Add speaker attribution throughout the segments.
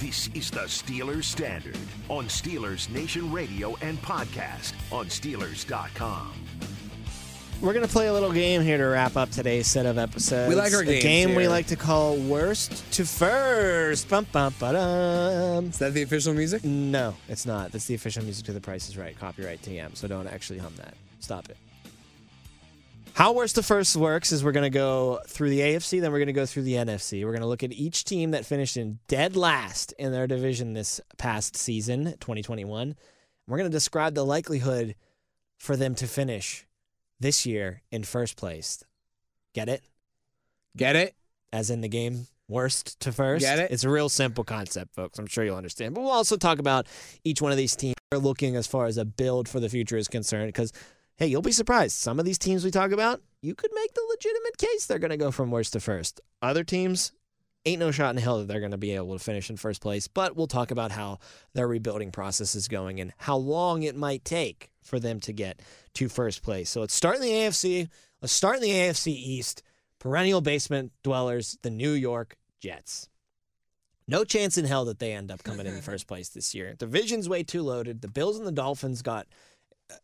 Speaker 1: This is the Steelers Standard on Steelers Nation Radio and podcast on Steelers.com.
Speaker 2: We're gonna play a little game here to wrap up today's set of episodes.
Speaker 3: We like our
Speaker 2: a
Speaker 3: games
Speaker 2: game we
Speaker 3: here.
Speaker 2: like to call worst to first. Bum bum ba-dum.
Speaker 3: Is that the official music?
Speaker 2: No, it's not. That's the official music to The Price Is Right, copyright TM. So don't actually hum that. Stop it. How worst to first works is we're gonna go through the AFC, then we're gonna go through the NFC. We're gonna look at each team that finished in dead last in their division this past season, 2021. We're gonna describe the likelihood for them to finish this year in first place. Get it?
Speaker 3: Get it?
Speaker 2: As in the game worst to first.
Speaker 3: Get it?
Speaker 2: It's a real simple concept, folks. I'm sure you'll understand. But we'll also talk about each one of these teams We're looking as far as a build for the future is concerned. Because hey, you'll be surprised. Some of these teams we talk about, you could make the legitimate case they're gonna go from worst to first. Other teams, ain't no shot in hell that they're going to be able to finish in first place, but we'll talk about how their rebuilding process is going and how long it might take for them to get to first place. So let's start in the AFC. Let's start in the AFC East. Perennial basement dwellers, the New York Jets. No chance in hell that they end up coming in first place this year. Division's way too loaded. The Bills and the Dolphins got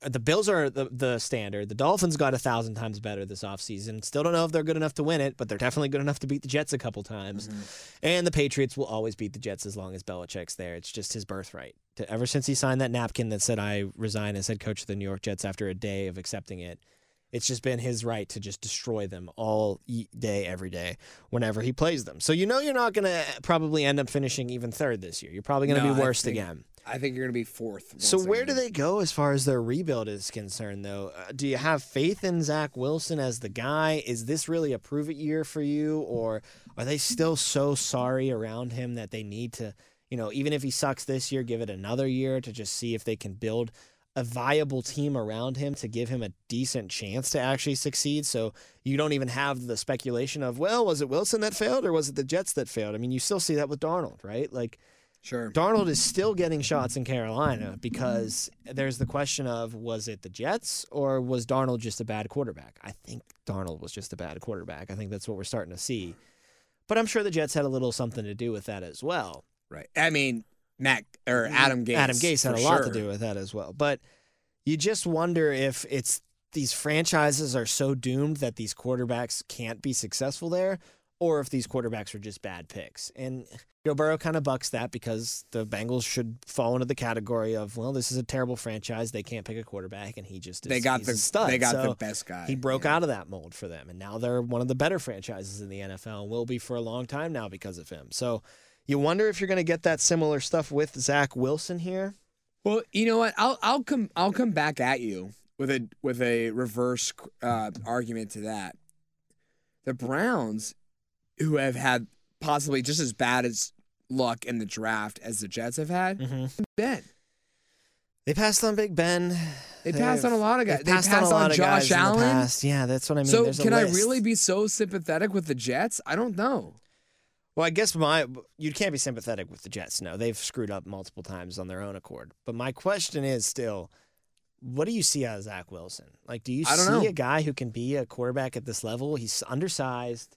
Speaker 2: uh, the Bills are the, the standard. The Dolphins got a thousand times better this offseason. Still don't know if they're good enough to win it, but they're definitely good enough to beat the Jets a couple times.
Speaker 3: Mm-hmm.
Speaker 2: And the Patriots will always beat the Jets as long as Belichick's there. It's just his birthright. To, ever since he signed that napkin that said, I resign as head coach of the New York Jets after a day of accepting it, it's just been his right to just destroy them all e- day, every day, whenever he plays them. So you know you're not going to probably end up finishing even third this year. You're probably going to
Speaker 3: No,
Speaker 2: be
Speaker 3: I
Speaker 2: worst
Speaker 3: think-
Speaker 2: again.
Speaker 3: I think you're going to be fourth. once
Speaker 2: So where do
Speaker 3: again.
Speaker 2: they go as far as their rebuild is concerned, though? Uh, do you have faith in Zach Wilson as the guy? Is this really a prove it year for you, or are they still so sorry around him that they need to, you know, even if he sucks this year, give it another year to just see if they can build a viable team around him to give him a decent chance to actually succeed. So you don't even have the speculation of, well, was it Wilson that failed or was it the Jets that failed? I mean, you still see that with Darnold, right? Like
Speaker 3: Sure.
Speaker 2: Darnold is still getting shots in Carolina because there's the question of was it the Jets or was Darnold just a bad quarterback? I think Darnold was just a bad quarterback. I think that's what we're starting to see. But I'm sure the Jets had a little something to do with that as well.
Speaker 3: Right. I mean, Matt or Adam Gase.
Speaker 2: Mm, Adam Gase had
Speaker 3: for
Speaker 2: a lot to
Speaker 3: sure.
Speaker 2: do with that as well. But you just wonder if it's these franchises are so doomed that these quarterbacks can't be successful there, or if these quarterbacks are just bad picks. And Joe Burrow kind of bucks that because the Bengals should fall into the category of well, this is a terrible franchise; they can't pick a quarterback, and he just is,
Speaker 3: They got
Speaker 2: he's
Speaker 3: the
Speaker 2: a stud.
Speaker 3: they got
Speaker 2: So-
Speaker 3: the best guy.
Speaker 2: he broke
Speaker 3: yeah.
Speaker 2: out of that mold for them, and now they're one of the better franchises in the NFL and will be for a long time now because of him. So you wonder if you're going to get that similar stuff with Zach Wilson here.
Speaker 3: Well, you know what? I'll I'll come I'll come back at you with a with a reverse uh, argument to that. The Browns, who have had possibly just as bad as luck in the draft as the Jets have had,
Speaker 2: Mm-hmm.
Speaker 3: Ben.
Speaker 2: They passed on Big Ben.
Speaker 3: They passed
Speaker 2: They've-
Speaker 3: on a lot of guys.
Speaker 2: they've
Speaker 3: They passed on
Speaker 2: lot of
Speaker 3: Josh
Speaker 2: guys in the
Speaker 3: Allen.
Speaker 2: past. Yeah, that's what I mean.
Speaker 3: so
Speaker 2: There's a
Speaker 3: can I
Speaker 2: list.
Speaker 3: really be so sympathetic with the Jets? I don't know.
Speaker 2: Well, I guess my you can't be sympathetic with the Jets. No, they've screwed up multiple times on their own accord. But my question is still, what do you see out of Zach Wilson? Like, do you
Speaker 3: I don't
Speaker 2: see
Speaker 3: know.
Speaker 2: a guy who can be a quarterback at this level? He's undersized,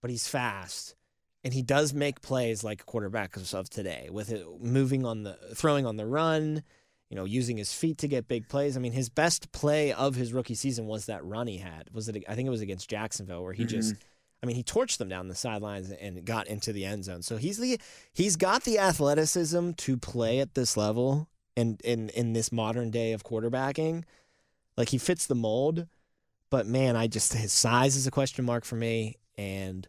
Speaker 2: but he's fast, and he does make plays like quarterbacks of today with it moving on the throwing on the run. You know, using his feet to get big plays. I mean, his best play of his rookie season was that run he had. Was it? I think it was against Jacksonville where he
Speaker 3: Mm-hmm.
Speaker 2: just I mean, he torched them down the sidelines and got into the end zone. So he's the he's got the athleticism to play at this level and in in this modern day of quarterbacking. Like he fits the mold, but man, I just his size is a question mark for me, and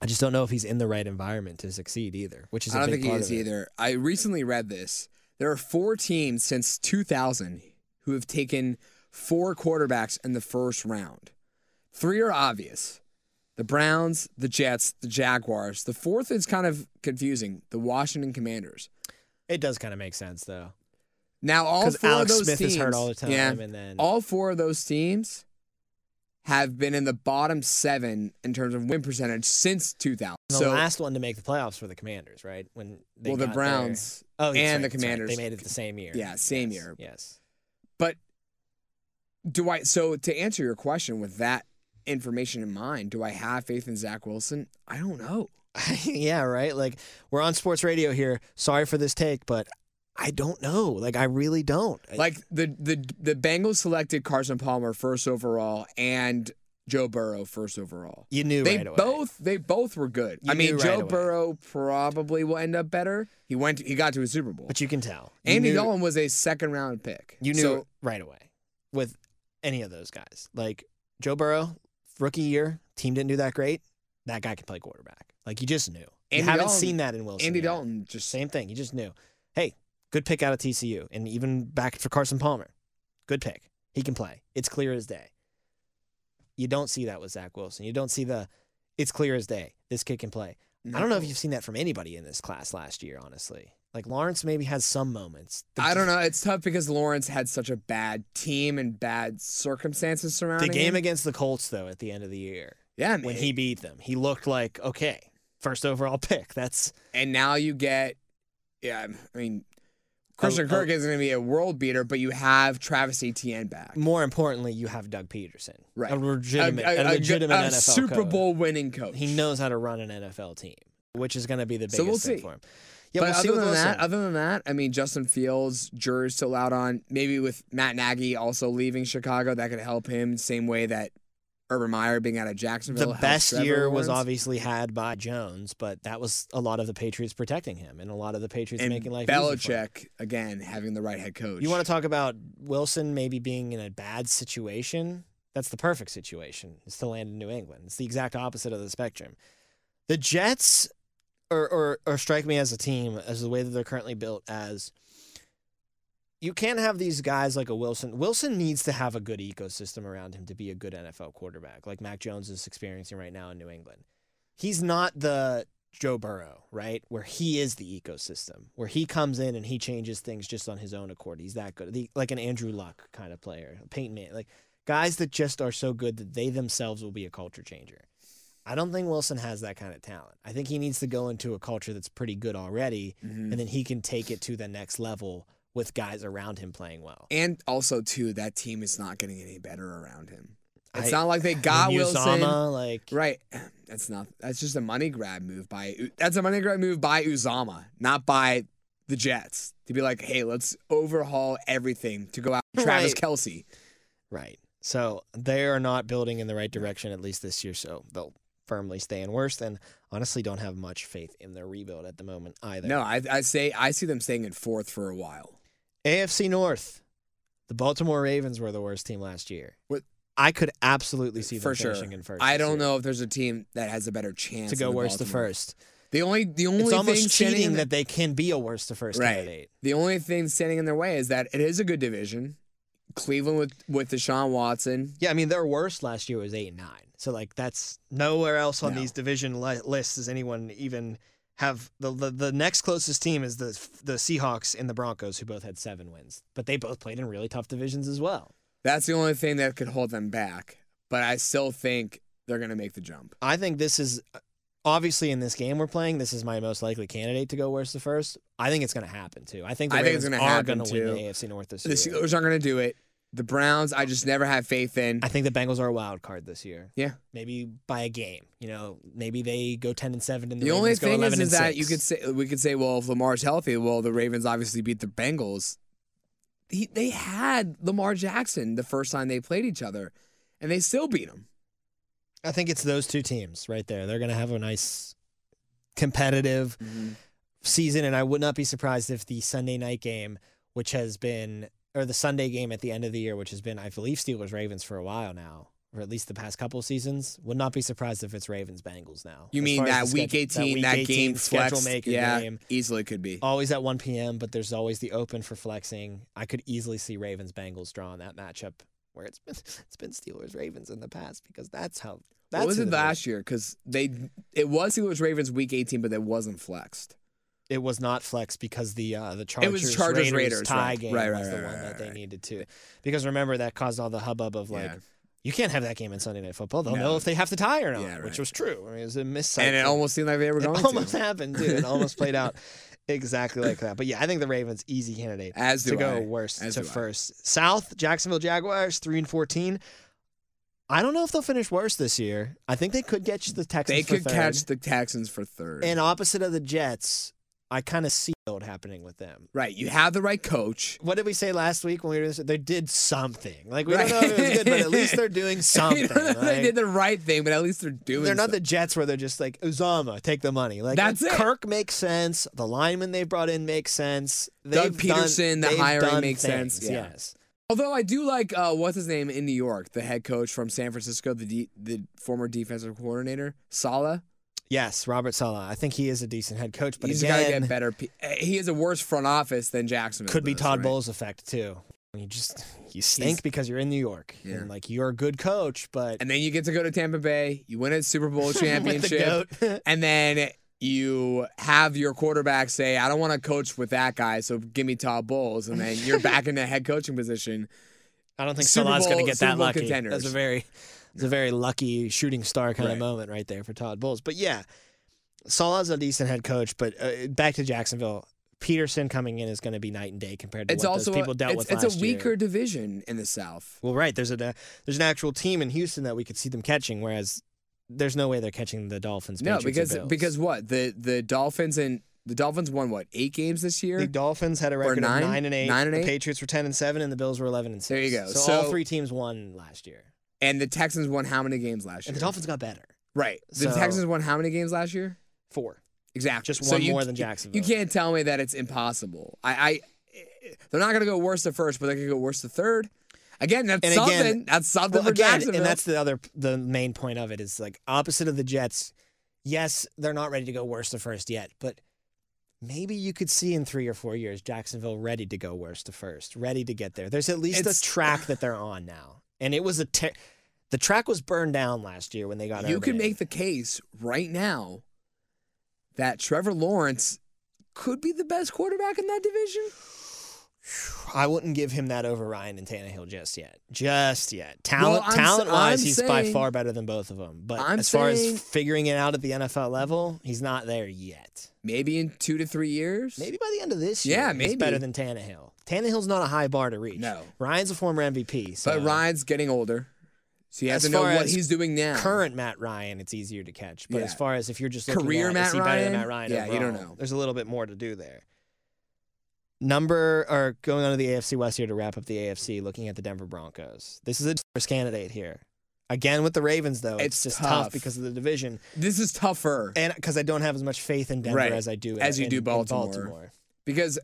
Speaker 2: I just don't know if he's in the right environment to succeed either. Which is
Speaker 3: I
Speaker 2: a
Speaker 3: don't
Speaker 2: big
Speaker 3: think he
Speaker 2: part
Speaker 3: is
Speaker 2: of it.
Speaker 3: either. I recently read this. There are four teams since 2000 who have taken four quarterbacks in the first round. Three are obvious the Browns, the Jets, the Jaguars. The fourth is kind of confusing the Washington Commanders.
Speaker 2: It does kind of make sense though.
Speaker 3: Now, all
Speaker 2: 'Cause
Speaker 3: four
Speaker 2: Alex
Speaker 3: of those
Speaker 2: Smith
Speaker 3: teams,
Speaker 2: is hurt all the time,
Speaker 3: Yeah,
Speaker 2: and then-
Speaker 3: all four of those teams have been in the bottom seven in terms of win percentage since 2000.
Speaker 2: And the
Speaker 3: so,
Speaker 2: last one to make the playoffs for the Commanders, right? When they
Speaker 3: well, the
Speaker 2: got their-
Speaker 3: Browns.
Speaker 2: oh, that's right, that's
Speaker 3: and the
Speaker 2: right.
Speaker 3: Commanders.
Speaker 2: they made it the same year.
Speaker 3: Yeah, same
Speaker 2: Yes,
Speaker 3: year.
Speaker 2: Yes.
Speaker 3: But do I? So to answer your question with that information in mind, do I have faith in Zach Wilson? I don't know.
Speaker 2: yeah, right. Like we're on sports radio here. Sorry for this take, but I don't know. Like I really don't. I-
Speaker 3: Like the the the Bengals selected Carson Palmer first overall and Joe Burrow first overall.
Speaker 2: you knew
Speaker 3: They
Speaker 2: right away.
Speaker 3: both they both were good.
Speaker 2: You
Speaker 3: I mean,
Speaker 2: knew right
Speaker 3: Joe
Speaker 2: away.
Speaker 3: Burrow probably will end up better. He went he got to a Super Bowl.
Speaker 2: but you can tell. You
Speaker 3: Andy
Speaker 2: knew-
Speaker 3: Dalton was a second round pick.
Speaker 2: You knew
Speaker 3: So,
Speaker 2: right away with any of those guys. Like Joe Burrow, rookie year, team didn't do that great. That guy can play quarterback. Like you just knew. you
Speaker 3: Andy
Speaker 2: haven't
Speaker 3: Dalton-
Speaker 2: seen that in Wilson.
Speaker 3: Andy
Speaker 2: yet.
Speaker 3: Dalton just
Speaker 2: Same thing. You just knew. Hey, good pick out of TCU, and even back for Carson Palmer, good pick. He can play. It's clear as day. You don't see that with Zach Wilson. You don't see the. It's clear as day. This kid can play. I don't know if you've seen that from anybody in this class last year. Honestly, like Lawrence maybe has some moments. The-
Speaker 3: I don't know. It's tough because Lawrence had such a bad team and bad circumstances
Speaker 2: The
Speaker 3: surrounding
Speaker 2: game
Speaker 3: him.
Speaker 2: against the Colts though, at the end of the year,
Speaker 3: yeah,
Speaker 2: when
Speaker 3: man.
Speaker 2: he beat them, he looked like okay, first overall pick. That's
Speaker 3: and now you get, yeah. I mean, Christian
Speaker 2: Oh, oh.
Speaker 3: Kirk isn't going to be a world beater, but you have Travis Etienne back,
Speaker 2: more importantly, you have Doug Peterson,
Speaker 3: Right.
Speaker 2: A legitimate,
Speaker 3: a,
Speaker 2: a,
Speaker 3: a-
Speaker 2: legitimate
Speaker 3: a
Speaker 2: NFL
Speaker 3: Super
Speaker 2: coach.
Speaker 3: Bowl winning coach.
Speaker 2: He knows how to run an NFL team, which is going to be the biggest
Speaker 3: So we'll
Speaker 2: thing
Speaker 3: see.
Speaker 2: for him. Yeah,
Speaker 3: but
Speaker 2: we'll
Speaker 3: other
Speaker 2: see what
Speaker 3: than
Speaker 2: they'll
Speaker 3: that,
Speaker 2: send.
Speaker 3: other than that, I mean, Justin Fields, jury's still out on. Maybe with Matt Nagy also leaving Chicago, that could help him. Same way that Urban Meyer being out of Jacksonville.
Speaker 2: the
Speaker 3: helps
Speaker 2: best
Speaker 3: Trevor
Speaker 2: year was
Speaker 3: Lawrence.
Speaker 2: obviously had by Jones, but that was a lot of the Patriots protecting him and a lot of the Patriots
Speaker 3: and
Speaker 2: making life easy for him.
Speaker 3: Belichick again having the right head coach.
Speaker 2: You want to talk about Wilson maybe being in a bad situation? That's the perfect situation. It's to land in New England. It's the exact opposite of the spectrum. The Jets or or or strike me as a team as the way that they're currently built as you can't have these guys like a Wilson. Wilson needs to have a good ecosystem around him to be a good NFL quarterback, like Mac Jones is experiencing right now in New England. He's not the Joe Burrow, right? Where he is the ecosystem, where he comes in and he changes things just on his own accord. He's that good, the, like an Andrew Luck kind of player, Peyton Man, like guys that just are so good that they themselves will be a culture changer. I don't think Wilson has that kind of talent. I think he needs to go into a culture that's pretty good already,
Speaker 3: Mhm.
Speaker 2: and then he can take it to the next level with guys around him playing well.
Speaker 3: And also too, that team is not getting any better around him. It's
Speaker 2: I-
Speaker 3: not like they got
Speaker 2: And
Speaker 3: Wilson.
Speaker 2: Uzama, like
Speaker 3: Right. That's not that's just a money grab move by that's a money grab move by Uzama, not by the Jets. To be like, hey, let's overhaul everything to go out Travis
Speaker 2: Right.
Speaker 3: Kelsey.
Speaker 2: Right. So they are not building in the right direction, at least this year. So they'll firmly stay in worst and honestly don't have much faith in their rebuild at the moment either.
Speaker 3: No, I I say I see them staying in fourth for a while.
Speaker 2: AFC North. The Baltimore Ravens were the worst team last year.
Speaker 3: What-
Speaker 2: I could absolutely see them
Speaker 3: for sure.
Speaker 2: finishing in first.
Speaker 3: I
Speaker 2: this
Speaker 3: don't
Speaker 2: year
Speaker 3: know if there's a team that has a better chance
Speaker 2: to go
Speaker 3: than
Speaker 2: worst to
Speaker 3: Baltimore.
Speaker 2: first.
Speaker 3: The only the only
Speaker 2: It's
Speaker 3: thing
Speaker 2: almost
Speaker 3: standing in
Speaker 2: cheating
Speaker 3: the-
Speaker 2: that they can be a worst to first
Speaker 3: Right.
Speaker 2: candidate.
Speaker 3: The only thing standing in their way is that it is a good division. Cleveland with with Deshaun Watson.
Speaker 2: Yeah, I mean their worst last year was eight and nine. So like that's nowhere else on
Speaker 3: No.
Speaker 2: these division li- lists does anyone even have the, the the next closest team is the the Seahawks and the Broncos who both had seven wins, but they both played in really tough divisions as well.
Speaker 3: That's the only thing that could hold them back. But I still think they're going to make the jump.
Speaker 2: I think this is obviously in this game we're playing. This is my most likely candidate to go worst to first. I think it's going to happen too. I think the
Speaker 3: I think
Speaker 2: Ravens
Speaker 3: it's gonna
Speaker 2: are
Speaker 3: happen,
Speaker 2: going to win the
Speaker 3: too.
Speaker 2: AFC North this
Speaker 3: The
Speaker 2: year.
Speaker 3: Steelers aren't going to do it. The Browns, I just never have faith in.
Speaker 2: I think the Bengals are a wild card this year.
Speaker 3: Yeah.
Speaker 2: maybe by a game. You know, maybe they go ten and seven, and the,
Speaker 3: The only
Speaker 2: Ravens go
Speaker 3: thing is,
Speaker 2: 11
Speaker 3: is
Speaker 2: and
Speaker 3: that you
Speaker 2: six.
Speaker 3: could say we could say, well, if Lamar's healthy, well, the Ravens obviously beat the Bengals. He, they had Lamar Jackson the first time they played each other, and they still beat him.
Speaker 2: I think it's those two teams right there. They're going to have a nice competitive
Speaker 3: Mm-hmm.
Speaker 2: season, and I would not be surprised if the Sunday night game, which has been, or the Sunday game at the end of the year, which has been, I believe, Steelers Ravens for a while now, or at least the past couple seasons, would not be surprised if it's Ravens Bengals now.
Speaker 3: You
Speaker 2: As
Speaker 3: mean
Speaker 2: far as
Speaker 3: that
Speaker 2: the
Speaker 3: week
Speaker 2: schedule-
Speaker 3: 18,
Speaker 2: week
Speaker 3: that,
Speaker 2: 18
Speaker 3: game
Speaker 2: schedule
Speaker 3: flex,
Speaker 2: maker
Speaker 3: yeah,
Speaker 2: game?
Speaker 3: easily could be.
Speaker 2: Always at 1 p.m., but there's always the open for flexing. I could easily see Ravens Bengals drawing that matchup where it's been it's been Steelers Ravens in the past because that's how that's
Speaker 3: what was
Speaker 2: who
Speaker 3: it
Speaker 2: the-
Speaker 3: last year? Because they it was Steelers Ravens week 18, but it wasn't flexed.
Speaker 2: it was not flex because the uh, the Chargers,
Speaker 3: It was Chargers,
Speaker 2: Raiders,
Speaker 3: Raiders,
Speaker 2: tie
Speaker 3: right.
Speaker 2: game
Speaker 3: Right, right,
Speaker 2: was the
Speaker 3: right,
Speaker 2: one
Speaker 3: right,
Speaker 2: that they
Speaker 3: right.
Speaker 2: needed to. Because remember that caused all the hubbub of like
Speaker 3: Yeah.
Speaker 2: you can't have that game in Sunday Night Football. They'll
Speaker 3: No.
Speaker 2: know if they have to tie or not,
Speaker 3: Yeah,
Speaker 2: which
Speaker 3: right.
Speaker 2: was true. I mean, it was a miss.
Speaker 3: and it almost seemed like they were
Speaker 2: it
Speaker 3: going
Speaker 2: almost
Speaker 3: to.
Speaker 2: happened too. It almost played out exactly like that. But yeah, I think the Ravens easy candidate
Speaker 3: As do
Speaker 2: to go
Speaker 3: I.
Speaker 2: worst
Speaker 3: As
Speaker 2: to
Speaker 3: do I.
Speaker 2: first. South Jacksonville Jaguars three and fourteen. I don't know if they'll finish worse this year. I think they could catch the Texans.
Speaker 3: They
Speaker 2: for
Speaker 3: could
Speaker 2: third.
Speaker 3: catch the Texans for third.
Speaker 2: And opposite of the Jets, I kind of see it happening with them.
Speaker 3: right, you have the right coach.
Speaker 2: What did we say last week when we were doing this? They did something. Like we
Speaker 3: Right.
Speaker 2: don't know if it was good, but at least they're doing something.
Speaker 3: You don't know if
Speaker 2: like,
Speaker 3: they did the right thing, but at least they're doing.
Speaker 2: they're not
Speaker 3: something.
Speaker 2: the Jets where they're just like Uzama, take the money. Like
Speaker 3: That's it.
Speaker 2: Kirk makes sense. The lineman they brought in makes sense.
Speaker 3: Doug
Speaker 2: They've done-
Speaker 3: Peterson, the
Speaker 2: they've
Speaker 3: hiring
Speaker 2: done
Speaker 3: makes
Speaker 2: things,
Speaker 3: sense, yeah.
Speaker 2: Yes.
Speaker 3: Although I do like uh, what's his name in New York, the head coach from San Francisco, the de- the former defensive coordinator Sala.
Speaker 2: Yes, Robert Sala. I think he is a decent head coach, but
Speaker 3: He's got to
Speaker 2: again,
Speaker 3: get better. Pe- uh, he has a worse front office than Jacksonville.
Speaker 2: could be
Speaker 3: does,
Speaker 2: Todd
Speaker 3: right?
Speaker 2: Bowles' effect too. You just you stink
Speaker 3: He's-
Speaker 2: because you're in New York,
Speaker 3: Yeah.
Speaker 2: and like you're a good coach, but
Speaker 3: And then you get to go to Tampa Bay. You win a Super Bowl
Speaker 2: with the
Speaker 3: championship.
Speaker 2: goat.
Speaker 3: and then you have your quarterback say, "I don't want to coach with that guy, so give me Todd Bowles," and then you're back in the head coaching position.
Speaker 2: I don't think
Speaker 3: Super
Speaker 2: Salah's going to
Speaker 3: Bowl-
Speaker 2: get
Speaker 3: Super
Speaker 2: that
Speaker 3: Bowl
Speaker 2: lucky.
Speaker 3: contenders.
Speaker 2: That's a very, it's a very lucky shooting star kind
Speaker 3: Right.
Speaker 2: of moment right there for Todd Bowles. But yeah, Salah's a decent head coach. But uh, back to Jacksonville, Peterson coming in is going to be night and day compared to
Speaker 3: It's
Speaker 2: what
Speaker 3: also
Speaker 2: those people
Speaker 3: a,
Speaker 2: dealt
Speaker 3: it's,
Speaker 2: with
Speaker 3: it's
Speaker 2: last
Speaker 3: a
Speaker 2: year.
Speaker 3: weaker division in the South.
Speaker 2: Well, right. There's a there's an actual team in Houston that we could see them catching, whereas there's no way they're catching the Dolphins.
Speaker 3: No,
Speaker 2: Patriots, or
Speaker 3: because
Speaker 2: Bills.
Speaker 3: because what the the Dolphins and the Dolphins won what eight games this year.
Speaker 2: the Dolphins had a record
Speaker 3: nine?
Speaker 2: of nine and eight.
Speaker 3: Nine and eight?
Speaker 2: The Patriots were ten and seven, and the Bills were eleven and six.
Speaker 3: There you go.
Speaker 2: So,
Speaker 3: So-
Speaker 2: all three teams won last year,
Speaker 3: And the Texans won how many games last year?
Speaker 2: and the Dolphins got better.
Speaker 3: Right. The
Speaker 2: So-
Speaker 3: Texans won how many games last year?
Speaker 2: Four.
Speaker 3: Exactly.
Speaker 2: Just one
Speaker 3: you-
Speaker 2: more than
Speaker 3: you-
Speaker 2: Jacksonville.
Speaker 3: You can't tell me that it's impossible. I, I they're not going to go worse to first, but they're going to go worse to third. Again, that's
Speaker 2: And
Speaker 3: something.
Speaker 2: again-
Speaker 3: that's something
Speaker 2: Well,
Speaker 3: for
Speaker 2: again,
Speaker 3: Jacksonville.
Speaker 2: and that's the other the main point of it is like opposite of the Jets. Yes, they're not ready to go worse to first yet, but maybe you could see in three or four years Jacksonville ready to go worse to first, ready to get there. There's at least
Speaker 3: It's-
Speaker 2: a track that they're on now, and it was a ter- the track was burned down last year when they got.
Speaker 3: you could
Speaker 2: Urban in.
Speaker 3: make the case right now that Trevor Lawrence could be the best quarterback in that division.
Speaker 2: I wouldn't give him that over Ryan and Tannehill just yet. Just yet. Talent,
Speaker 3: I'm s-
Speaker 2: talent wise,
Speaker 3: I'm
Speaker 2: he's by
Speaker 3: saying-
Speaker 2: far better than both of them. But
Speaker 3: I'm
Speaker 2: as far
Speaker 3: saying-
Speaker 2: as figuring it out at the NFL level, he's not there yet.
Speaker 3: Maybe in two to three years.
Speaker 2: Maybe by the end of this year,
Speaker 3: Yeah, maybe.
Speaker 2: he's better than Tannehill. Tannehill's not a high bar to reach.
Speaker 3: No.
Speaker 2: Ryan's a former MVP. So
Speaker 3: But Ryan's getting older, so you have
Speaker 2: As
Speaker 3: to know
Speaker 2: far
Speaker 3: what
Speaker 2: as
Speaker 3: he's doing now.
Speaker 2: current Matt Ryan, it's easier to catch. But
Speaker 3: Yeah.
Speaker 2: as far as if you're just looking
Speaker 3: Career
Speaker 2: at,
Speaker 3: Matt
Speaker 2: is he better
Speaker 3: Ryan?
Speaker 2: than Matt Ryan?
Speaker 3: Yeah, you don't
Speaker 2: overall,
Speaker 3: know.
Speaker 2: There's a little bit more to do there. Number or going on to the AFC West here to wrap up the AFC. Looking at the Denver Broncos, this is a first candidate here. Again with the Ravens though, it's,
Speaker 3: It's
Speaker 2: just
Speaker 3: tough.
Speaker 2: because of the division
Speaker 3: This is tougher
Speaker 2: and because I don't have as much faith in Denver
Speaker 3: Right.
Speaker 2: as I do
Speaker 3: As you
Speaker 2: in-
Speaker 3: do
Speaker 2: in
Speaker 3: Baltimore. because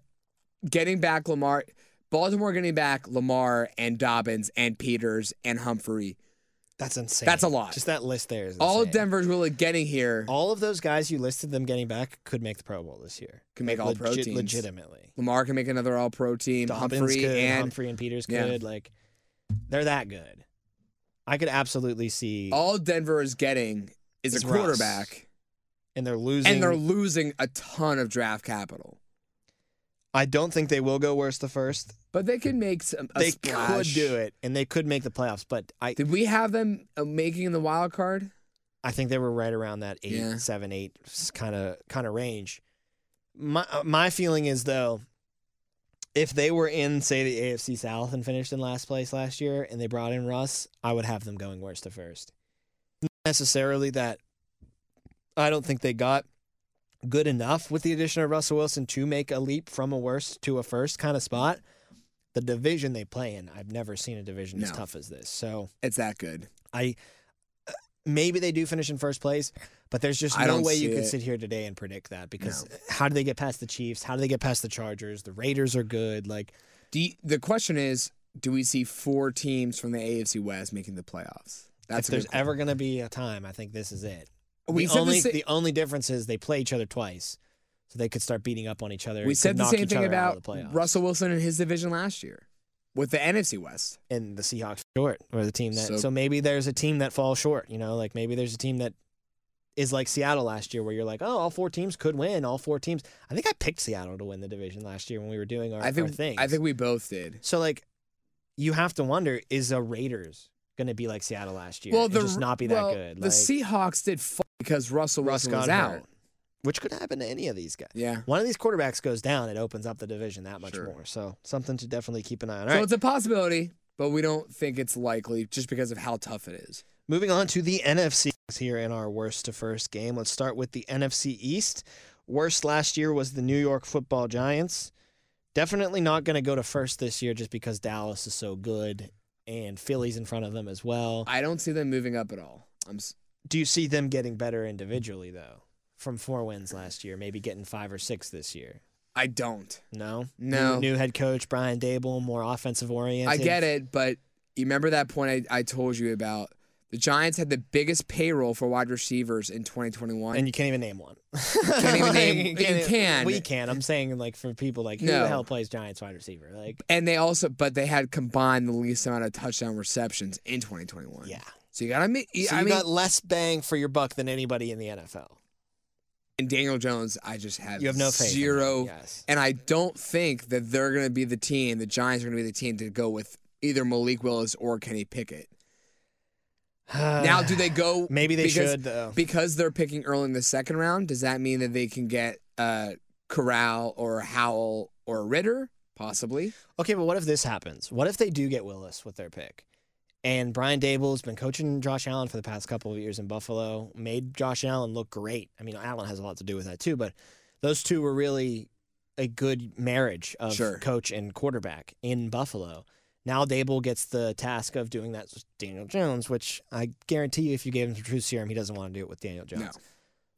Speaker 3: getting back Lamar, Baltimore getting back Lamar and Dobbins and Peters and Humphrey.
Speaker 2: That's insane.
Speaker 3: That's a lot.
Speaker 2: Just that list there is
Speaker 3: All
Speaker 2: insane.
Speaker 3: Denver's really getting here.
Speaker 2: all of those guys you listed them getting back could make the Pro Bowl this year.
Speaker 3: Could make all-pro
Speaker 2: legit-
Speaker 3: teams.
Speaker 2: Legitimately.
Speaker 3: Lamar can make another All Pro team.
Speaker 2: Dobbins
Speaker 3: Humphrey
Speaker 2: could,
Speaker 3: and
Speaker 2: Humphrey and Peters
Speaker 3: Yeah.
Speaker 2: could. Like, they're that good. I could absolutely see,
Speaker 3: all Denver is getting is
Speaker 2: Is
Speaker 3: a
Speaker 2: Russ.
Speaker 3: quarterback,
Speaker 2: and they're losing.
Speaker 3: and they're losing a ton of draft capital.
Speaker 2: I don't think they will go worse the first.
Speaker 3: But they can make some. A
Speaker 2: they could
Speaker 3: splash.
Speaker 2: do it, and they could make the playoffs. But I,
Speaker 3: Did we have them uh, making the wild card?
Speaker 2: I think they were right around that eight,
Speaker 3: Yeah.
Speaker 2: seven, eight kind of kind of range. My uh, my feeling is though, if they were in say the AFC South and finished in last place last year, and they brought in Russ, I would have them going worst to first. Not necessarily that. I don't think they got good enough with the addition of Russell Wilson to make a leap from a worst to a first kind of spot. The division they play in, I've never seen a division as
Speaker 3: No.
Speaker 2: tough as this. So.
Speaker 3: It's that good.
Speaker 2: I maybe they do finish in first place, but there's just
Speaker 3: I
Speaker 2: no
Speaker 3: don't
Speaker 2: way you
Speaker 3: see
Speaker 2: could
Speaker 3: it.
Speaker 2: sit here today and predict that because
Speaker 3: No.
Speaker 2: how do they get past the Chiefs? How do they get past the Chargers? The Raiders are good. Like
Speaker 3: Do you- the question is, do we see four teams from the AFC West making the playoffs?
Speaker 2: if
Speaker 3: That's a good
Speaker 2: there's
Speaker 3: question.
Speaker 2: ever going to be a time, I think this is it.
Speaker 3: We
Speaker 2: the
Speaker 3: said the
Speaker 2: only
Speaker 3: sa-
Speaker 2: the only difference is they play each other twice, so they could start beating up on each other.
Speaker 3: We
Speaker 2: could
Speaker 3: said the
Speaker 2: knock
Speaker 3: same
Speaker 2: each
Speaker 3: thing
Speaker 2: other out
Speaker 3: about
Speaker 2: of the playoffs.
Speaker 3: Russell Wilson and his division last year with the NFC West.
Speaker 2: and the Seahawks short or the team that
Speaker 3: So-
Speaker 2: so, maybe there's a team that falls short, you know, like maybe there's a team that is like Seattle last year where you're like, oh, all four teams could win, all four teams. I think I picked Seattle to win the division last year when we were doing our,
Speaker 3: I
Speaker 2: our
Speaker 3: think
Speaker 2: things.
Speaker 3: I think we both did.
Speaker 2: so like you have to wonder is the Raiders going to be like Seattle last year and just not be
Speaker 3: well,
Speaker 2: that good.
Speaker 3: The
Speaker 2: like
Speaker 3: Seahawks did f- because Russell
Speaker 2: Russ
Speaker 3: Wilson was
Speaker 2: got
Speaker 3: out.
Speaker 2: hurt, which could happen to any of these guys.
Speaker 3: Yeah.
Speaker 2: One of these quarterbacks goes down, it opens up the division that much
Speaker 3: Sure.
Speaker 2: more. So something to definitely keep an eye on. All
Speaker 3: so
Speaker 2: right.
Speaker 3: it's a possibility. but we don't think it's likely just because of how tough it is.
Speaker 2: Moving on to the NFC here in our worst to first game. Let's start with the NFC East. Worst last year was the New York Football Giants. Definitely not going to go to first this year just because Dallas is so good and Philly's in front of them as well.
Speaker 3: I don't see them moving up at all. I'm s-
Speaker 2: Do you see them getting better individually though? From four wins last year, maybe getting five or six this year.
Speaker 3: I don't.
Speaker 2: No,
Speaker 3: No.
Speaker 2: New, new head coach Brian Dable, more offensive oriented.
Speaker 3: I get it, but you remember that point I, I told you about. The Giants had the biggest payroll for wide receivers in 2021.
Speaker 2: and you can't even name one.
Speaker 3: Can't even
Speaker 2: Like,
Speaker 3: name-
Speaker 2: you can't
Speaker 3: you
Speaker 2: e-
Speaker 3: can.
Speaker 2: We can. I'm saying like for people like who
Speaker 3: No.
Speaker 2: the hell plays Giants wide receiver? Like
Speaker 3: and they also, but they had combined the least amount of touchdown receptions in 2021.
Speaker 2: yeah.
Speaker 3: So you got to meet.
Speaker 2: So
Speaker 3: I
Speaker 2: you
Speaker 3: mean,
Speaker 2: got less bang for your buck than anybody in the NFL.
Speaker 3: and Daniel Jones, I just have
Speaker 2: You have no faith. in
Speaker 3: zero.
Speaker 2: him. Yes.
Speaker 3: And I don't think that they're going to be the team. The Giants are going to be the team to go with either Malik Willis or Kenny Pickett. now, do they go?
Speaker 2: Uh, Maybe they
Speaker 3: because-
Speaker 2: should though.
Speaker 3: because they're picking early in the second round, does that mean that they can get uh, Corral or Howell or Ritter? Possibly.
Speaker 2: Okay, but what if this happens? What if they do get Willis with their pick? And Brian Dable's been coaching Josh Allen for the past couple of years in Buffalo, made Josh Allen look great. I mean, Allen has a lot to do with that too, but those two were really a good marriage of
Speaker 3: Sure.
Speaker 2: coach and quarterback in Buffalo. Now Dable gets the task of doing that with Daniel Jones, which I guarantee you, if you gave him some true serum, he doesn't want to do it with Daniel Jones.
Speaker 3: No.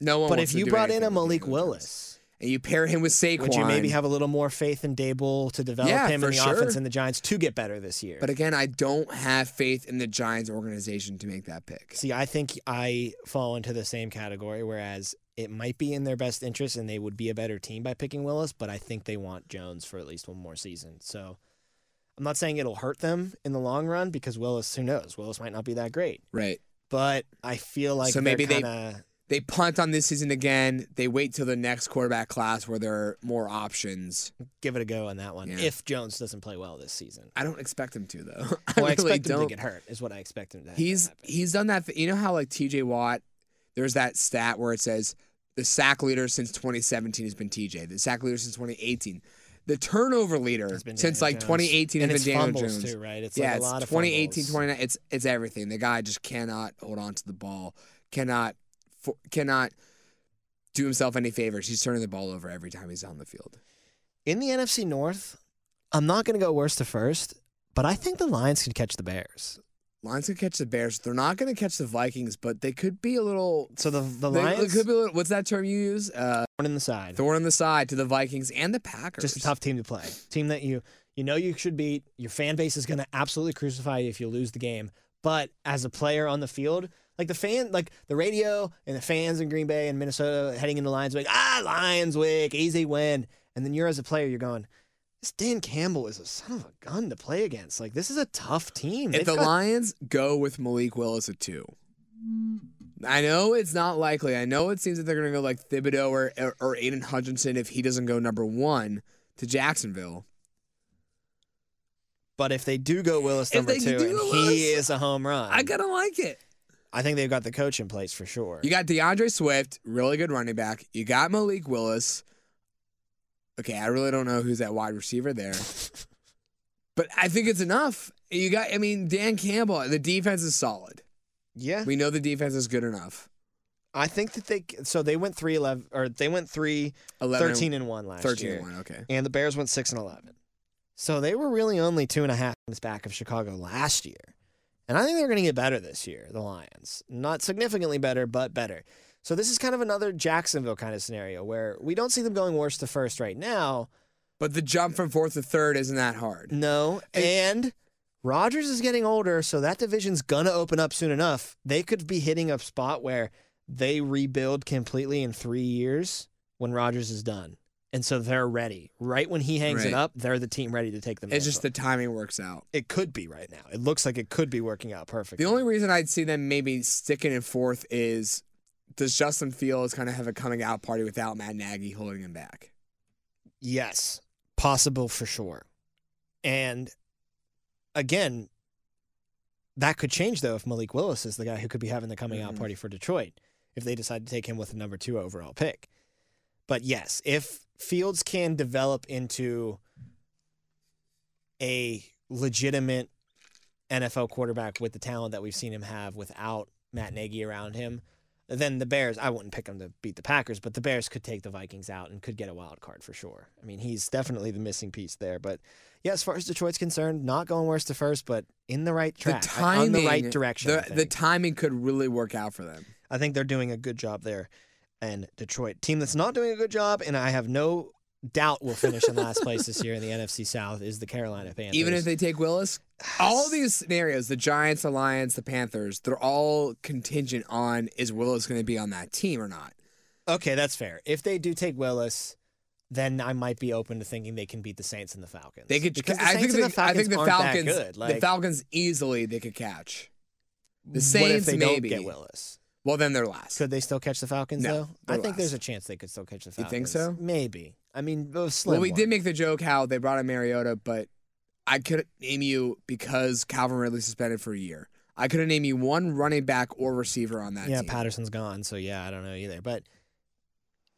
Speaker 3: No one.
Speaker 2: But
Speaker 3: wants
Speaker 2: if
Speaker 3: to
Speaker 2: you
Speaker 3: do
Speaker 2: brought in a
Speaker 3: anything with
Speaker 2: Malik
Speaker 3: Daniel Jones.
Speaker 2: Willis,
Speaker 3: and you pair him with Saquon,
Speaker 2: would you maybe have a little more faith in Dable to develop
Speaker 3: Yeah,
Speaker 2: him
Speaker 3: for
Speaker 2: in the
Speaker 3: sure.
Speaker 2: offense and the Giants to get better this year?
Speaker 3: But again, I don't have faith in the Giants organization to make that pick.
Speaker 2: See, I think I fall into the same category, whereas it might be in their best interest and they would be a better team by picking Willis, but I think they want Jones for at least one more season. So I'm not saying it'll hurt them in the long run because Willis, who knows, Willis might not be that great.
Speaker 3: Right.
Speaker 2: But I feel like
Speaker 3: So
Speaker 2: they're
Speaker 3: maybe they-
Speaker 2: kinda-
Speaker 3: They punt on this season again. They wait till the next quarterback class where there are more options.
Speaker 2: give it a go on that one
Speaker 3: Yeah.
Speaker 2: if Jones doesn't play well this season.
Speaker 3: I don't expect him to though.
Speaker 2: Well,
Speaker 3: I
Speaker 2: I,
Speaker 3: really
Speaker 2: expect him
Speaker 3: don't.
Speaker 2: to get hurt is what I expect him to. have
Speaker 3: He's
Speaker 2: happen.
Speaker 3: he's done that. th- You know how like T.J. Watt, there's that stat where it says the sack leader since 2017 has been T.J. The sack leader since 2018. The turnover leader
Speaker 2: It's been
Speaker 3: since
Speaker 2: Daniel
Speaker 3: like
Speaker 2: Jones.
Speaker 3: 2018
Speaker 2: and
Speaker 3: has
Speaker 2: it's
Speaker 3: been Daniel
Speaker 2: fumbles
Speaker 3: Jones.
Speaker 2: too, right? It's
Speaker 3: yeah,
Speaker 2: like a
Speaker 3: it's
Speaker 2: lot of
Speaker 3: 2018,
Speaker 2: fumbles.
Speaker 3: 29. It's it's everything. The guy just cannot hold on to the ball. Cannot for, cannot do himself any favors. He's turning the ball over every time he's on the field.
Speaker 2: In the NFC North, I'm not going to go worst to first, but I think the Lions could catch the Bears.
Speaker 3: Lions could catch the Bears. They're not going to catch the Vikings, but they could be a little.
Speaker 2: So the the
Speaker 3: they-
Speaker 2: Lions
Speaker 3: could be a little, what's that term you use? Uh,
Speaker 2: thorn in the side,
Speaker 3: Thorn on the side to the Vikings and the Packers.
Speaker 2: just a tough team to play. Team that you you know you should beat. Your fan base is going to absolutely crucify you if you lose the game. But as a player on the field, like the fan, like the radio and the fans in Green Bay and Minnesota heading into Lions Week, ah, Lions Week, easy win. And then you're as a player, you're going, this Dan Campbell is a son of a gun to play against. Like this is a tough team.
Speaker 3: If
Speaker 2: They've
Speaker 3: the
Speaker 2: got-
Speaker 3: Lions go with Malik Willis at two, I know it's not likely. I know it seems that they're going to go like Thibodeau or, or, or Aiden Hutchinson if he doesn't go number one to Jacksonville.
Speaker 2: But if they do go Willis
Speaker 3: If
Speaker 2: number
Speaker 3: they
Speaker 2: two,
Speaker 3: do
Speaker 2: and
Speaker 3: go
Speaker 2: he
Speaker 3: Willis,
Speaker 2: is a home run,
Speaker 3: I gotta like it.
Speaker 2: I think they've got the coach in place for sure.
Speaker 3: You got DeAndre Swift, really good running back. You got Malik Willis. Okay, I really don't know who's that wide receiver there, but I think it's enough. You got, I mean, Dan Campbell. The defense is solid.
Speaker 2: yeah,
Speaker 3: We know the defense is good enough.
Speaker 2: I think that they. c- So they went three eleven, or they went three
Speaker 3: 11
Speaker 2: thirteen and one last
Speaker 3: 13
Speaker 2: year,
Speaker 3: and 1, okay.
Speaker 2: and the Bears went six and eleven. So they were really only two and a half points back of Chicago last year, and I think they're going to get better this year. The Lions, not significantly better, but better. So this is kind of another Jacksonville kind of scenario where we don't see them going worst to first right now.
Speaker 3: But the jump from fourth to third isn't that hard.
Speaker 2: No, and Rodgers is getting older, so that division's gonna open up soon enough. They could be hitting a spot where they rebuild completely in three years when Rodgers is done, and so they're ready. Right when he hangs it
Speaker 3: Right.
Speaker 2: up, they're the team ready to take them.
Speaker 3: It's just the timing works out.
Speaker 2: it could be right now. It looks like it could be working out perfectly.
Speaker 3: The only reason I'd see them maybe sticking in fourth is does Justin Fields kind of have a coming out party without Matt Nagy holding him back?
Speaker 2: Yes, possible for sure. And again, that could change though if Malik Willis is the guy who could be having the coming out
Speaker 3: Mhm.
Speaker 2: party for Detroit if they decide to take him with the number two overall pick. But yes, if Fields can develop into a legitimate NFL quarterback with the talent that we've seen him have without Matt Nagy around him, then the Bears, I wouldn't pick him to beat the Packers, but the Bears could take the Vikings out and could get a wild card for sure. I mean, he's definitely the missing piece there. But yeah, as far as Detroit's concerned, not going worst to first, but in the right track,
Speaker 3: the
Speaker 2: I-
Speaker 3: timing,
Speaker 2: on the right direction. I
Speaker 3: The, the
Speaker 2: think.
Speaker 3: timing could really work out for them.
Speaker 2: I think they're doing a good job there. And Detroit, team that's not doing a good job, and I have no doubt will finish in last place this year in the NFC South, is the Carolina Panthers.
Speaker 3: Even if they take Willis, all these scenarios, the Giants, the Lions, the Panthers, they're all contingent on is Willis going to be on that team or not.
Speaker 2: okay, that's fair. If they do take Willis, then I might be open to thinking they can beat the Saints and the Falcons.
Speaker 3: They could
Speaker 2: because the
Speaker 3: I
Speaker 2: Saints
Speaker 3: think
Speaker 2: and
Speaker 3: the,
Speaker 2: the Falcons
Speaker 3: I think the
Speaker 2: aren't
Speaker 3: Falcons
Speaker 2: that good. Like,
Speaker 3: the Falcons easily they could catch. The
Speaker 2: what if
Speaker 3: Saints
Speaker 2: they
Speaker 3: maybe.
Speaker 2: don't get Willis?
Speaker 3: Well, then they're last.
Speaker 2: Could they still catch the Falcons
Speaker 3: No,
Speaker 2: though? I
Speaker 3: they're
Speaker 2: think there's
Speaker 3: last.
Speaker 2: a chance they could still catch the
Speaker 3: You
Speaker 2: Falcons.
Speaker 3: think so?
Speaker 2: Maybe. I mean, a slim
Speaker 3: well, we
Speaker 2: one.
Speaker 3: did make the joke how they brought in Mariota, but I couldn't name you because Calvin Ridley suspended for a year. I couldn't name you one running back or receiver on that
Speaker 2: yeah,
Speaker 3: team.
Speaker 2: Patterson's gone, so yeah, I don't know either. But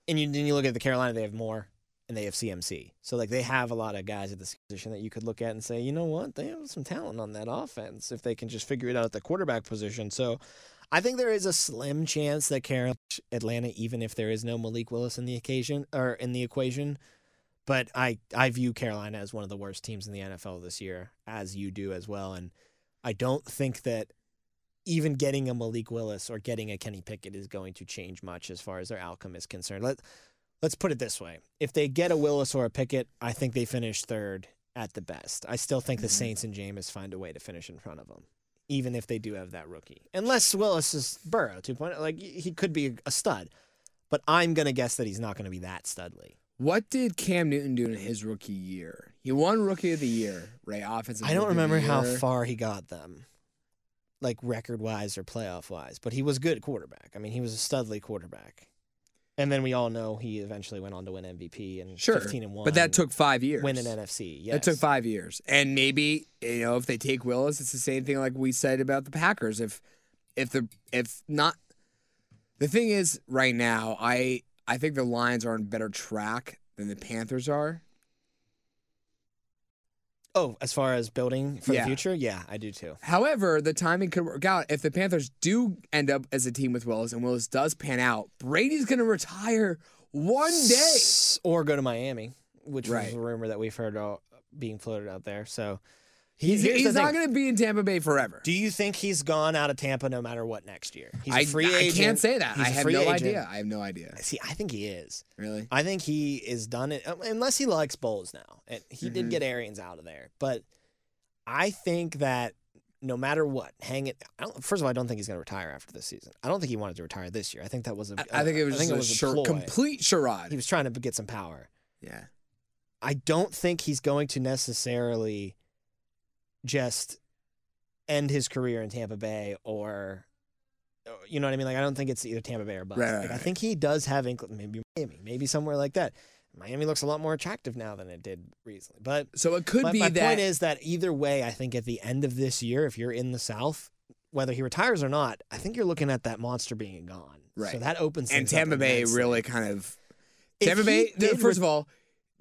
Speaker 2: and you then you look at the Carolina, they have more, and they have CMC. So like they have a lot of guys at this position that you could look at and say, you know what, they have some talent on that offense if they can just figure it out at the quarterback position. So I think there is a slim chance that Carolina, Atlanta, even if there is no Malik Willis in the occasion or in the equation. But I, I view Carolina as one of the worst teams in the NFL this year, as you do as well. And I don't think that even getting a Malik Willis or getting a Kenny Pickett is going to change much as far as their outcome is concerned. Let Let's put it this way: if they get a Willis or a Pickett, I think they finish third at the best. I still think the Saints and Jameis find a way to finish in front of them, even if they do have that rookie. Unless Willis is Burrow 2.0, like he could be a stud, but I'm gonna guess that he's not gonna be that studly.
Speaker 3: What did Cam Newton do in his rookie year? He won Rookie of the Year, right? Offensive.
Speaker 2: I don't
Speaker 3: Rookie of the
Speaker 2: remember how
Speaker 3: Year.
Speaker 2: far he got them, like record wise or playoff wise, but he was good quarterback. I mean, he was a studly quarterback. And then we all know he eventually went on to win MVP and
Speaker 3: Sure,
Speaker 2: 15 and 1.
Speaker 3: but that took five years.
Speaker 2: win an NFC. Yes.
Speaker 3: That took five years, and maybe you know if they take Willis, it's the same thing like we said about the Packers. If if the if not, the thing is right now, I I think the Lions are on better track than the Panthers are.
Speaker 2: Oh, as far as building for
Speaker 3: Yeah.
Speaker 2: the future? Yeah, I do too.
Speaker 3: However, the timing could work out if the Panthers do end up as a team with Willis, and Willis does pan out. Brady's going to retire one day.
Speaker 2: S- Or go to Miami, which
Speaker 3: Right.
Speaker 2: was a rumor that we've heard all being floated out there. So
Speaker 3: He's,
Speaker 2: here's the
Speaker 3: he's not
Speaker 2: thing.
Speaker 3: going to be in Tampa Bay forever.
Speaker 2: Do you think he's gone out of Tampa no matter what next year? He's a
Speaker 3: I-
Speaker 2: free
Speaker 3: I,
Speaker 2: agent.
Speaker 3: can't say that.
Speaker 2: He's
Speaker 3: I
Speaker 2: a
Speaker 3: have
Speaker 2: free
Speaker 3: no
Speaker 2: agent.
Speaker 3: idea. I have no idea.
Speaker 2: See, I think he is.
Speaker 3: Really?
Speaker 2: I think he is done it um, unless he likes bowls now. And he did
Speaker 3: Mhm.
Speaker 2: get Arians out of there, but I think that no matter what, hang it. I don't, first of all, I don't think he's going to retire after this season. I don't think he wanted to retire this year. I think that was a.
Speaker 3: I, I think it was just a
Speaker 2: a
Speaker 3: char-
Speaker 2: ploy.
Speaker 3: complete charade.
Speaker 2: He was trying to get some power.
Speaker 3: yeah.
Speaker 2: I don't think he's going to necessarily just end his career in Tampa Bay or. uh, You know what I mean? Like I don't think it's either Tampa Bay or bust.
Speaker 3: Right, right,
Speaker 2: like, I
Speaker 3: right.
Speaker 2: think he does have incl- maybe Miami, maybe somewhere like that. Miami looks a lot more attractive now than it did recently. But
Speaker 3: So it could
Speaker 2: my,
Speaker 3: be
Speaker 2: my
Speaker 3: that.
Speaker 2: point is that either way, I think at the end of this year, if you're in the South, whether he retires or not, I think you're looking at that monster being gone. So
Speaker 3: Right.
Speaker 2: that opens
Speaker 3: and
Speaker 2: things up
Speaker 3: Tampa Bay
Speaker 2: immensely.
Speaker 3: really kind of.
Speaker 2: If
Speaker 3: Tampa
Speaker 2: he
Speaker 3: Bay. no,
Speaker 2: did
Speaker 3: First of all,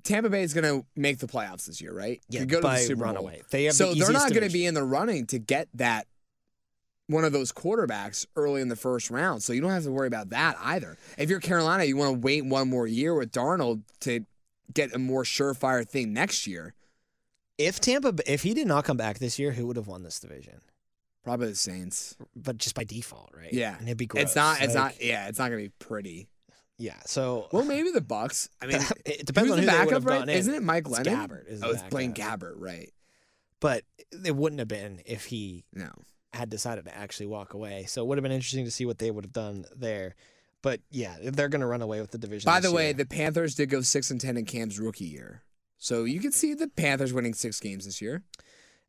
Speaker 3: Tampa Bay is going to make the playoffs this year, right?
Speaker 2: yeah,
Speaker 3: You go to
Speaker 2: by
Speaker 3: the Super Bowl.
Speaker 2: runaway. They have
Speaker 3: so
Speaker 2: the
Speaker 3: they're
Speaker 2: easiest
Speaker 3: not going to
Speaker 2: division.
Speaker 3: be in the running to get that one of those quarterbacks early in the first round. So you don't have to worry about that either. If you're Carolina, you want to wait one more year with Darnold to get a more surefire thing next year.
Speaker 2: If Tampa, Bay- if he did not come back this year, who would have won this division?
Speaker 3: Probably the Saints.
Speaker 2: But just by default, right?
Speaker 3: Yeah.
Speaker 2: and it'd be gross.
Speaker 3: It's not. It's
Speaker 2: Like,
Speaker 3: not. Yeah. It's not going to be pretty.
Speaker 2: Yeah, so
Speaker 3: Well, maybe the Bucks. I mean,
Speaker 2: it depends on
Speaker 3: who's
Speaker 2: who they
Speaker 3: the
Speaker 2: would
Speaker 3: backup,
Speaker 2: have
Speaker 3: right?
Speaker 2: gotten in.
Speaker 3: Isn't it Mike
Speaker 2: It's
Speaker 3: Lennon?
Speaker 2: Gabbert is the
Speaker 3: oh, it's playing
Speaker 2: backup.
Speaker 3: Gabbert, right?
Speaker 2: But it wouldn't have been if he
Speaker 3: No.
Speaker 2: had decided to actually walk away. So it would have been interesting to see what they would have done there. But yeah, they're going to run away with the division.
Speaker 3: By
Speaker 2: this
Speaker 3: the way,
Speaker 2: year.
Speaker 3: the Panthers did go six and ten in Cam's rookie year, so you can see the Panthers winning six games this year.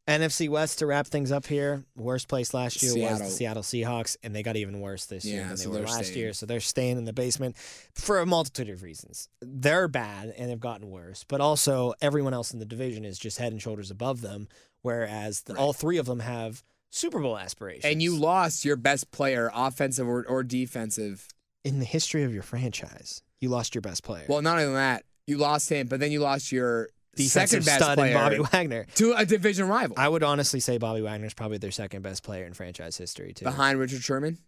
Speaker 2: NFC West to wrap things up here. Worst place last year was the Seattle
Speaker 3: Seattle.
Speaker 2: Seahawks, and they got even worse this year
Speaker 3: Yeah,
Speaker 2: than they
Speaker 3: so
Speaker 2: were
Speaker 3: they're
Speaker 2: last
Speaker 3: staying.
Speaker 2: year. So they're staying in the basement for a multitude of reasons. They're bad and they've gotten worse, but also everyone else in the division is just head and shoulders above them, whereas the, all three of them have Super Bowl aspirations.
Speaker 3: And you lost your best player, offensive or, or defensive.
Speaker 2: in the history of your franchise, you lost your best player.
Speaker 3: Well, not only that, you lost him, but then you lost your
Speaker 2: defensive
Speaker 3: Second best
Speaker 2: stud in
Speaker 3: player.
Speaker 2: Bobby Wagner.
Speaker 3: to a division rival
Speaker 2: I would honestly say Bobby Wagner's probably their second best player in franchise history too.
Speaker 3: behind Richard Sherman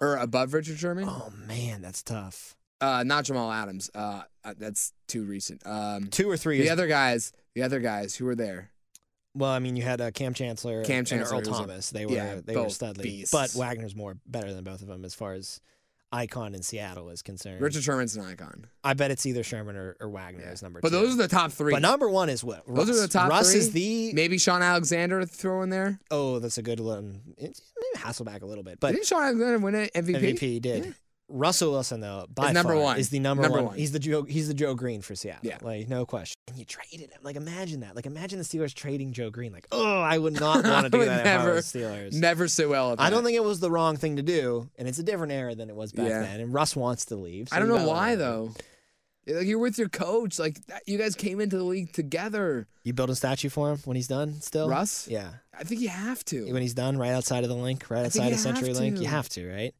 Speaker 3: or above Richard Sherman.
Speaker 2: Oh man, that's tough.
Speaker 3: Uh, not Jamal Adams. Uh, uh, that's too recent. Um,
Speaker 2: Two or three.
Speaker 3: the
Speaker 2: Is,
Speaker 3: other guys, the other guys who were there,
Speaker 2: well, I mean, you had uh, Cam Chancellor,
Speaker 3: Cam Chancellor
Speaker 2: and
Speaker 3: was
Speaker 2: Earl
Speaker 3: a-
Speaker 2: Thomas. They were
Speaker 3: yeah,
Speaker 2: they were
Speaker 3: both
Speaker 2: studly,
Speaker 3: beasts.
Speaker 2: but Wagner's more better than both of them as far as icon in Seattle is concerned.
Speaker 3: Richard Sherman's an icon.
Speaker 2: I bet it's either Sherman or, or Wagner
Speaker 3: Yeah.
Speaker 2: is number
Speaker 3: But
Speaker 2: two.
Speaker 3: those are the top three.
Speaker 2: But number one is what? Russ.
Speaker 3: Those are the top
Speaker 2: Russ
Speaker 3: three.
Speaker 2: is the
Speaker 3: Maybe Sean Alexander throw in there.
Speaker 2: oh, that's a good one. It's maybe Hasselback a little bit, but
Speaker 3: Didn't Sean Alexander win an MVP?
Speaker 2: MVP he did.
Speaker 3: Yeah.
Speaker 2: Russell Wilson though, by
Speaker 3: Is number
Speaker 2: far,
Speaker 3: one.
Speaker 2: is the number,
Speaker 3: Number
Speaker 2: one.
Speaker 3: one.
Speaker 2: He's the Joe. He's the Joe Green for Seattle.
Speaker 3: Yeah.
Speaker 2: like no question. And you traded him. Like imagine that. Like imagine the Steelers trading Joe Green. Like oh, I would not want to
Speaker 3: I
Speaker 2: do
Speaker 3: would
Speaker 2: that
Speaker 3: never-
Speaker 2: if I was Steelers.
Speaker 3: Never sit well. With
Speaker 2: I don't
Speaker 3: that.
Speaker 2: think it was the wrong thing to do, and it's a different era than it was back
Speaker 3: Yeah.
Speaker 2: then. And Russ wants to leave. so
Speaker 3: I don't
Speaker 2: you
Speaker 3: know
Speaker 2: gotta let
Speaker 3: why
Speaker 2: him.
Speaker 3: though. Like you're with your coach. Like that, you guys came into the league together.
Speaker 2: You build a statue for him when he's done. Still,
Speaker 3: Russ?
Speaker 2: Yeah,
Speaker 3: I think you have to.
Speaker 2: when he's done, right outside of the link, right
Speaker 3: I think
Speaker 2: outside of
Speaker 3: you have
Speaker 2: Century Link. You
Speaker 3: to.
Speaker 2: have to, right?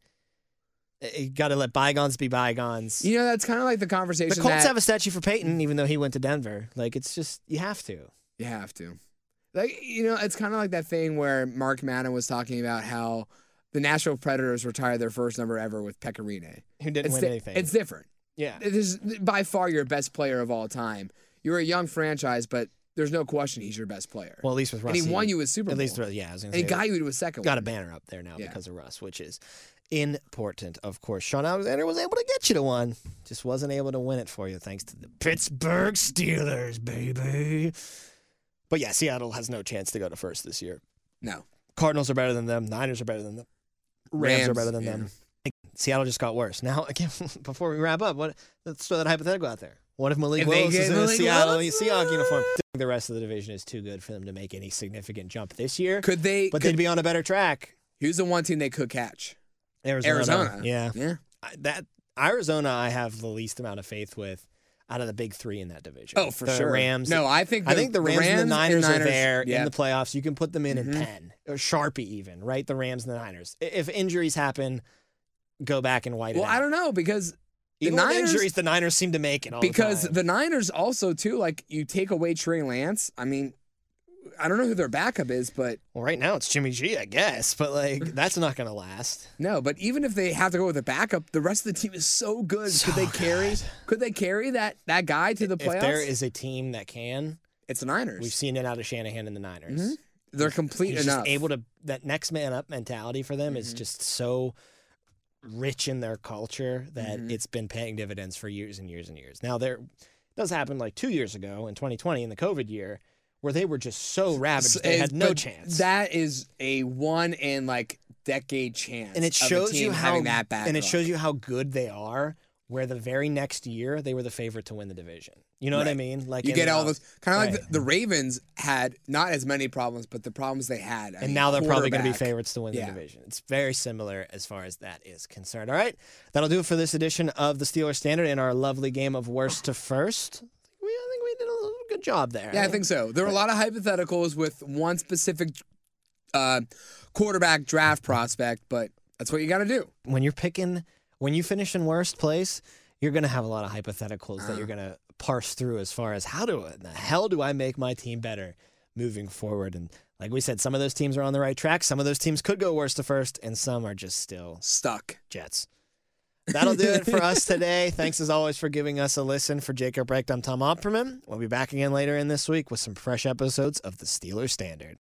Speaker 2: Uh, You got to let bygones be bygones.
Speaker 3: You know that's kind of like the
Speaker 2: the
Speaker 3: conversation.
Speaker 2: Colts
Speaker 3: that
Speaker 2: have a statue for Peyton, even though he went to Denver. Like it's just you have to.
Speaker 3: You have to. Like, you know, it's kind of like that thing where Mark Madden was talking about how the Nashville Predators retired their first number ever with Pecorine.
Speaker 2: Who didn't
Speaker 3: It's,
Speaker 2: win
Speaker 3: di-
Speaker 2: anything?
Speaker 3: it's different.
Speaker 2: yeah.
Speaker 3: It is by far your best player of all time. You're a young franchise, but there's no question he's your best player.
Speaker 2: Well, at least with Russ,
Speaker 3: and he won you a Super
Speaker 2: At
Speaker 3: Bowl.
Speaker 2: least, with- yeah. I was gonna
Speaker 3: and he
Speaker 2: say,
Speaker 3: got you to a second
Speaker 2: got a
Speaker 3: one.
Speaker 2: banner up there now
Speaker 3: Yeah.
Speaker 2: because of Russ, which is important, of course. Sean Alexander was able to get you to one, just wasn't able to win it for you thanks to the Pittsburgh Steelers, baby. But yeah, Seattle has no chance to go to first this year.
Speaker 3: No.
Speaker 2: Cardinals are better than them. Niners are better than them. Rams, are
Speaker 3: Rams,
Speaker 2: better than
Speaker 3: yeah.
Speaker 2: them. Seattle just got worse. Now, again, before we wrap up, what, let's throw that hypothetical out there. What if Malik
Speaker 3: If they
Speaker 2: Willis
Speaker 3: get
Speaker 2: is in a
Speaker 3: Malik
Speaker 2: Seattle
Speaker 3: Willis? Ah.
Speaker 2: Seahawks uniform? I think The rest of the division is too good for them to make any significant jump this year,
Speaker 3: Could they?
Speaker 2: but
Speaker 3: could,
Speaker 2: they'd be on a better track.
Speaker 3: who's the one team they could catch?
Speaker 2: Arizona.
Speaker 3: Arizona.
Speaker 2: Yeah.
Speaker 3: Yeah.
Speaker 2: I- That Arizona I have the least amount of faith with out of the big 3 in that division.
Speaker 3: Oh, for
Speaker 2: the
Speaker 3: sure.
Speaker 2: Rams.
Speaker 3: No, I think
Speaker 2: I think the Rams, and the Niners, are there
Speaker 3: yeah.
Speaker 2: in the playoffs. You can put them in
Speaker 3: Mhm.
Speaker 2: in 10 or sharpie even, right? The Rams and the Niners. I- If injuries happen, go back and white
Speaker 3: well,
Speaker 2: it out.
Speaker 3: I don't know because
Speaker 2: even
Speaker 3: the
Speaker 2: with
Speaker 3: Niners-
Speaker 2: injuries the Niners seem to make it all
Speaker 3: because
Speaker 2: the,
Speaker 3: the Niners also too like you take away Trey Lance. I mean, I don't know who their backup is, but
Speaker 2: Well, right now it's Jimmy G, I guess, but like that's not going to last.
Speaker 3: no. But even if they have to go with a backup, the rest of the team is so good.
Speaker 2: So
Speaker 3: could they carry?
Speaker 2: good.
Speaker 3: Could they carry that that guy to the playoffs?
Speaker 2: If there is a team that can,
Speaker 3: it's the Niners.
Speaker 2: we've seen it out of Shanahan and the Niners.
Speaker 3: Mhm. They're complete
Speaker 2: he's
Speaker 3: enough.
Speaker 2: just able to that next man up mentality for them is
Speaker 3: Mhm.
Speaker 2: just so rich in their culture that
Speaker 3: Mhm.
Speaker 2: it's been paying dividends for years and years and years. Now there it does happen like two years ago in 2020 in the COVID year where they were just so ravaged
Speaker 3: So
Speaker 2: they
Speaker 3: it's-
Speaker 2: had no
Speaker 3: but
Speaker 2: chance.
Speaker 3: That is a one in like decade chance.
Speaker 2: and it
Speaker 3: of a
Speaker 2: shows you
Speaker 3: team
Speaker 2: how
Speaker 3: having that backup.
Speaker 2: and it shows you how good they are. Where the very next year they were the favorite to win the division. You know what I
Speaker 3: Right.
Speaker 2: mean? Like
Speaker 3: you
Speaker 2: in
Speaker 3: get
Speaker 2: the-
Speaker 3: all those kind of like
Speaker 2: Right.
Speaker 3: the, the Ravens had not as many problems, but the problems they had. I
Speaker 2: and
Speaker 3: mean,
Speaker 2: now they're probably going to be
Speaker 3: quarterback.
Speaker 2: favorites to win
Speaker 3: Yeah.
Speaker 2: the division. It's very similar as far as that is concerned. All right, that'll do it for this edition of the Steelers Standard and our lovely game of worst to first. We, I think we did a little good job there.
Speaker 3: Yeah, I think so. There were a lot of hypotheticals with one specific uh, quarterback draft prospect, but that's what you got to do.
Speaker 2: when you're picking, when you finish in worst place, you're going to have a lot of hypotheticals that you're going
Speaker 3: Uh.
Speaker 2: to parse through as far as how do in the hell do I make my team better moving forward? And like we said, some of those teams are on the right track. Some of those teams could go worst to first, and some are just still
Speaker 3: Stuck.
Speaker 2: Jets. That'll do it for us today. Thanks as always for giving us a listen. For Jacob Brecht, I'm Tom Opperman. We'll be back again later in this week with some fresh episodes of the Steelers Standard.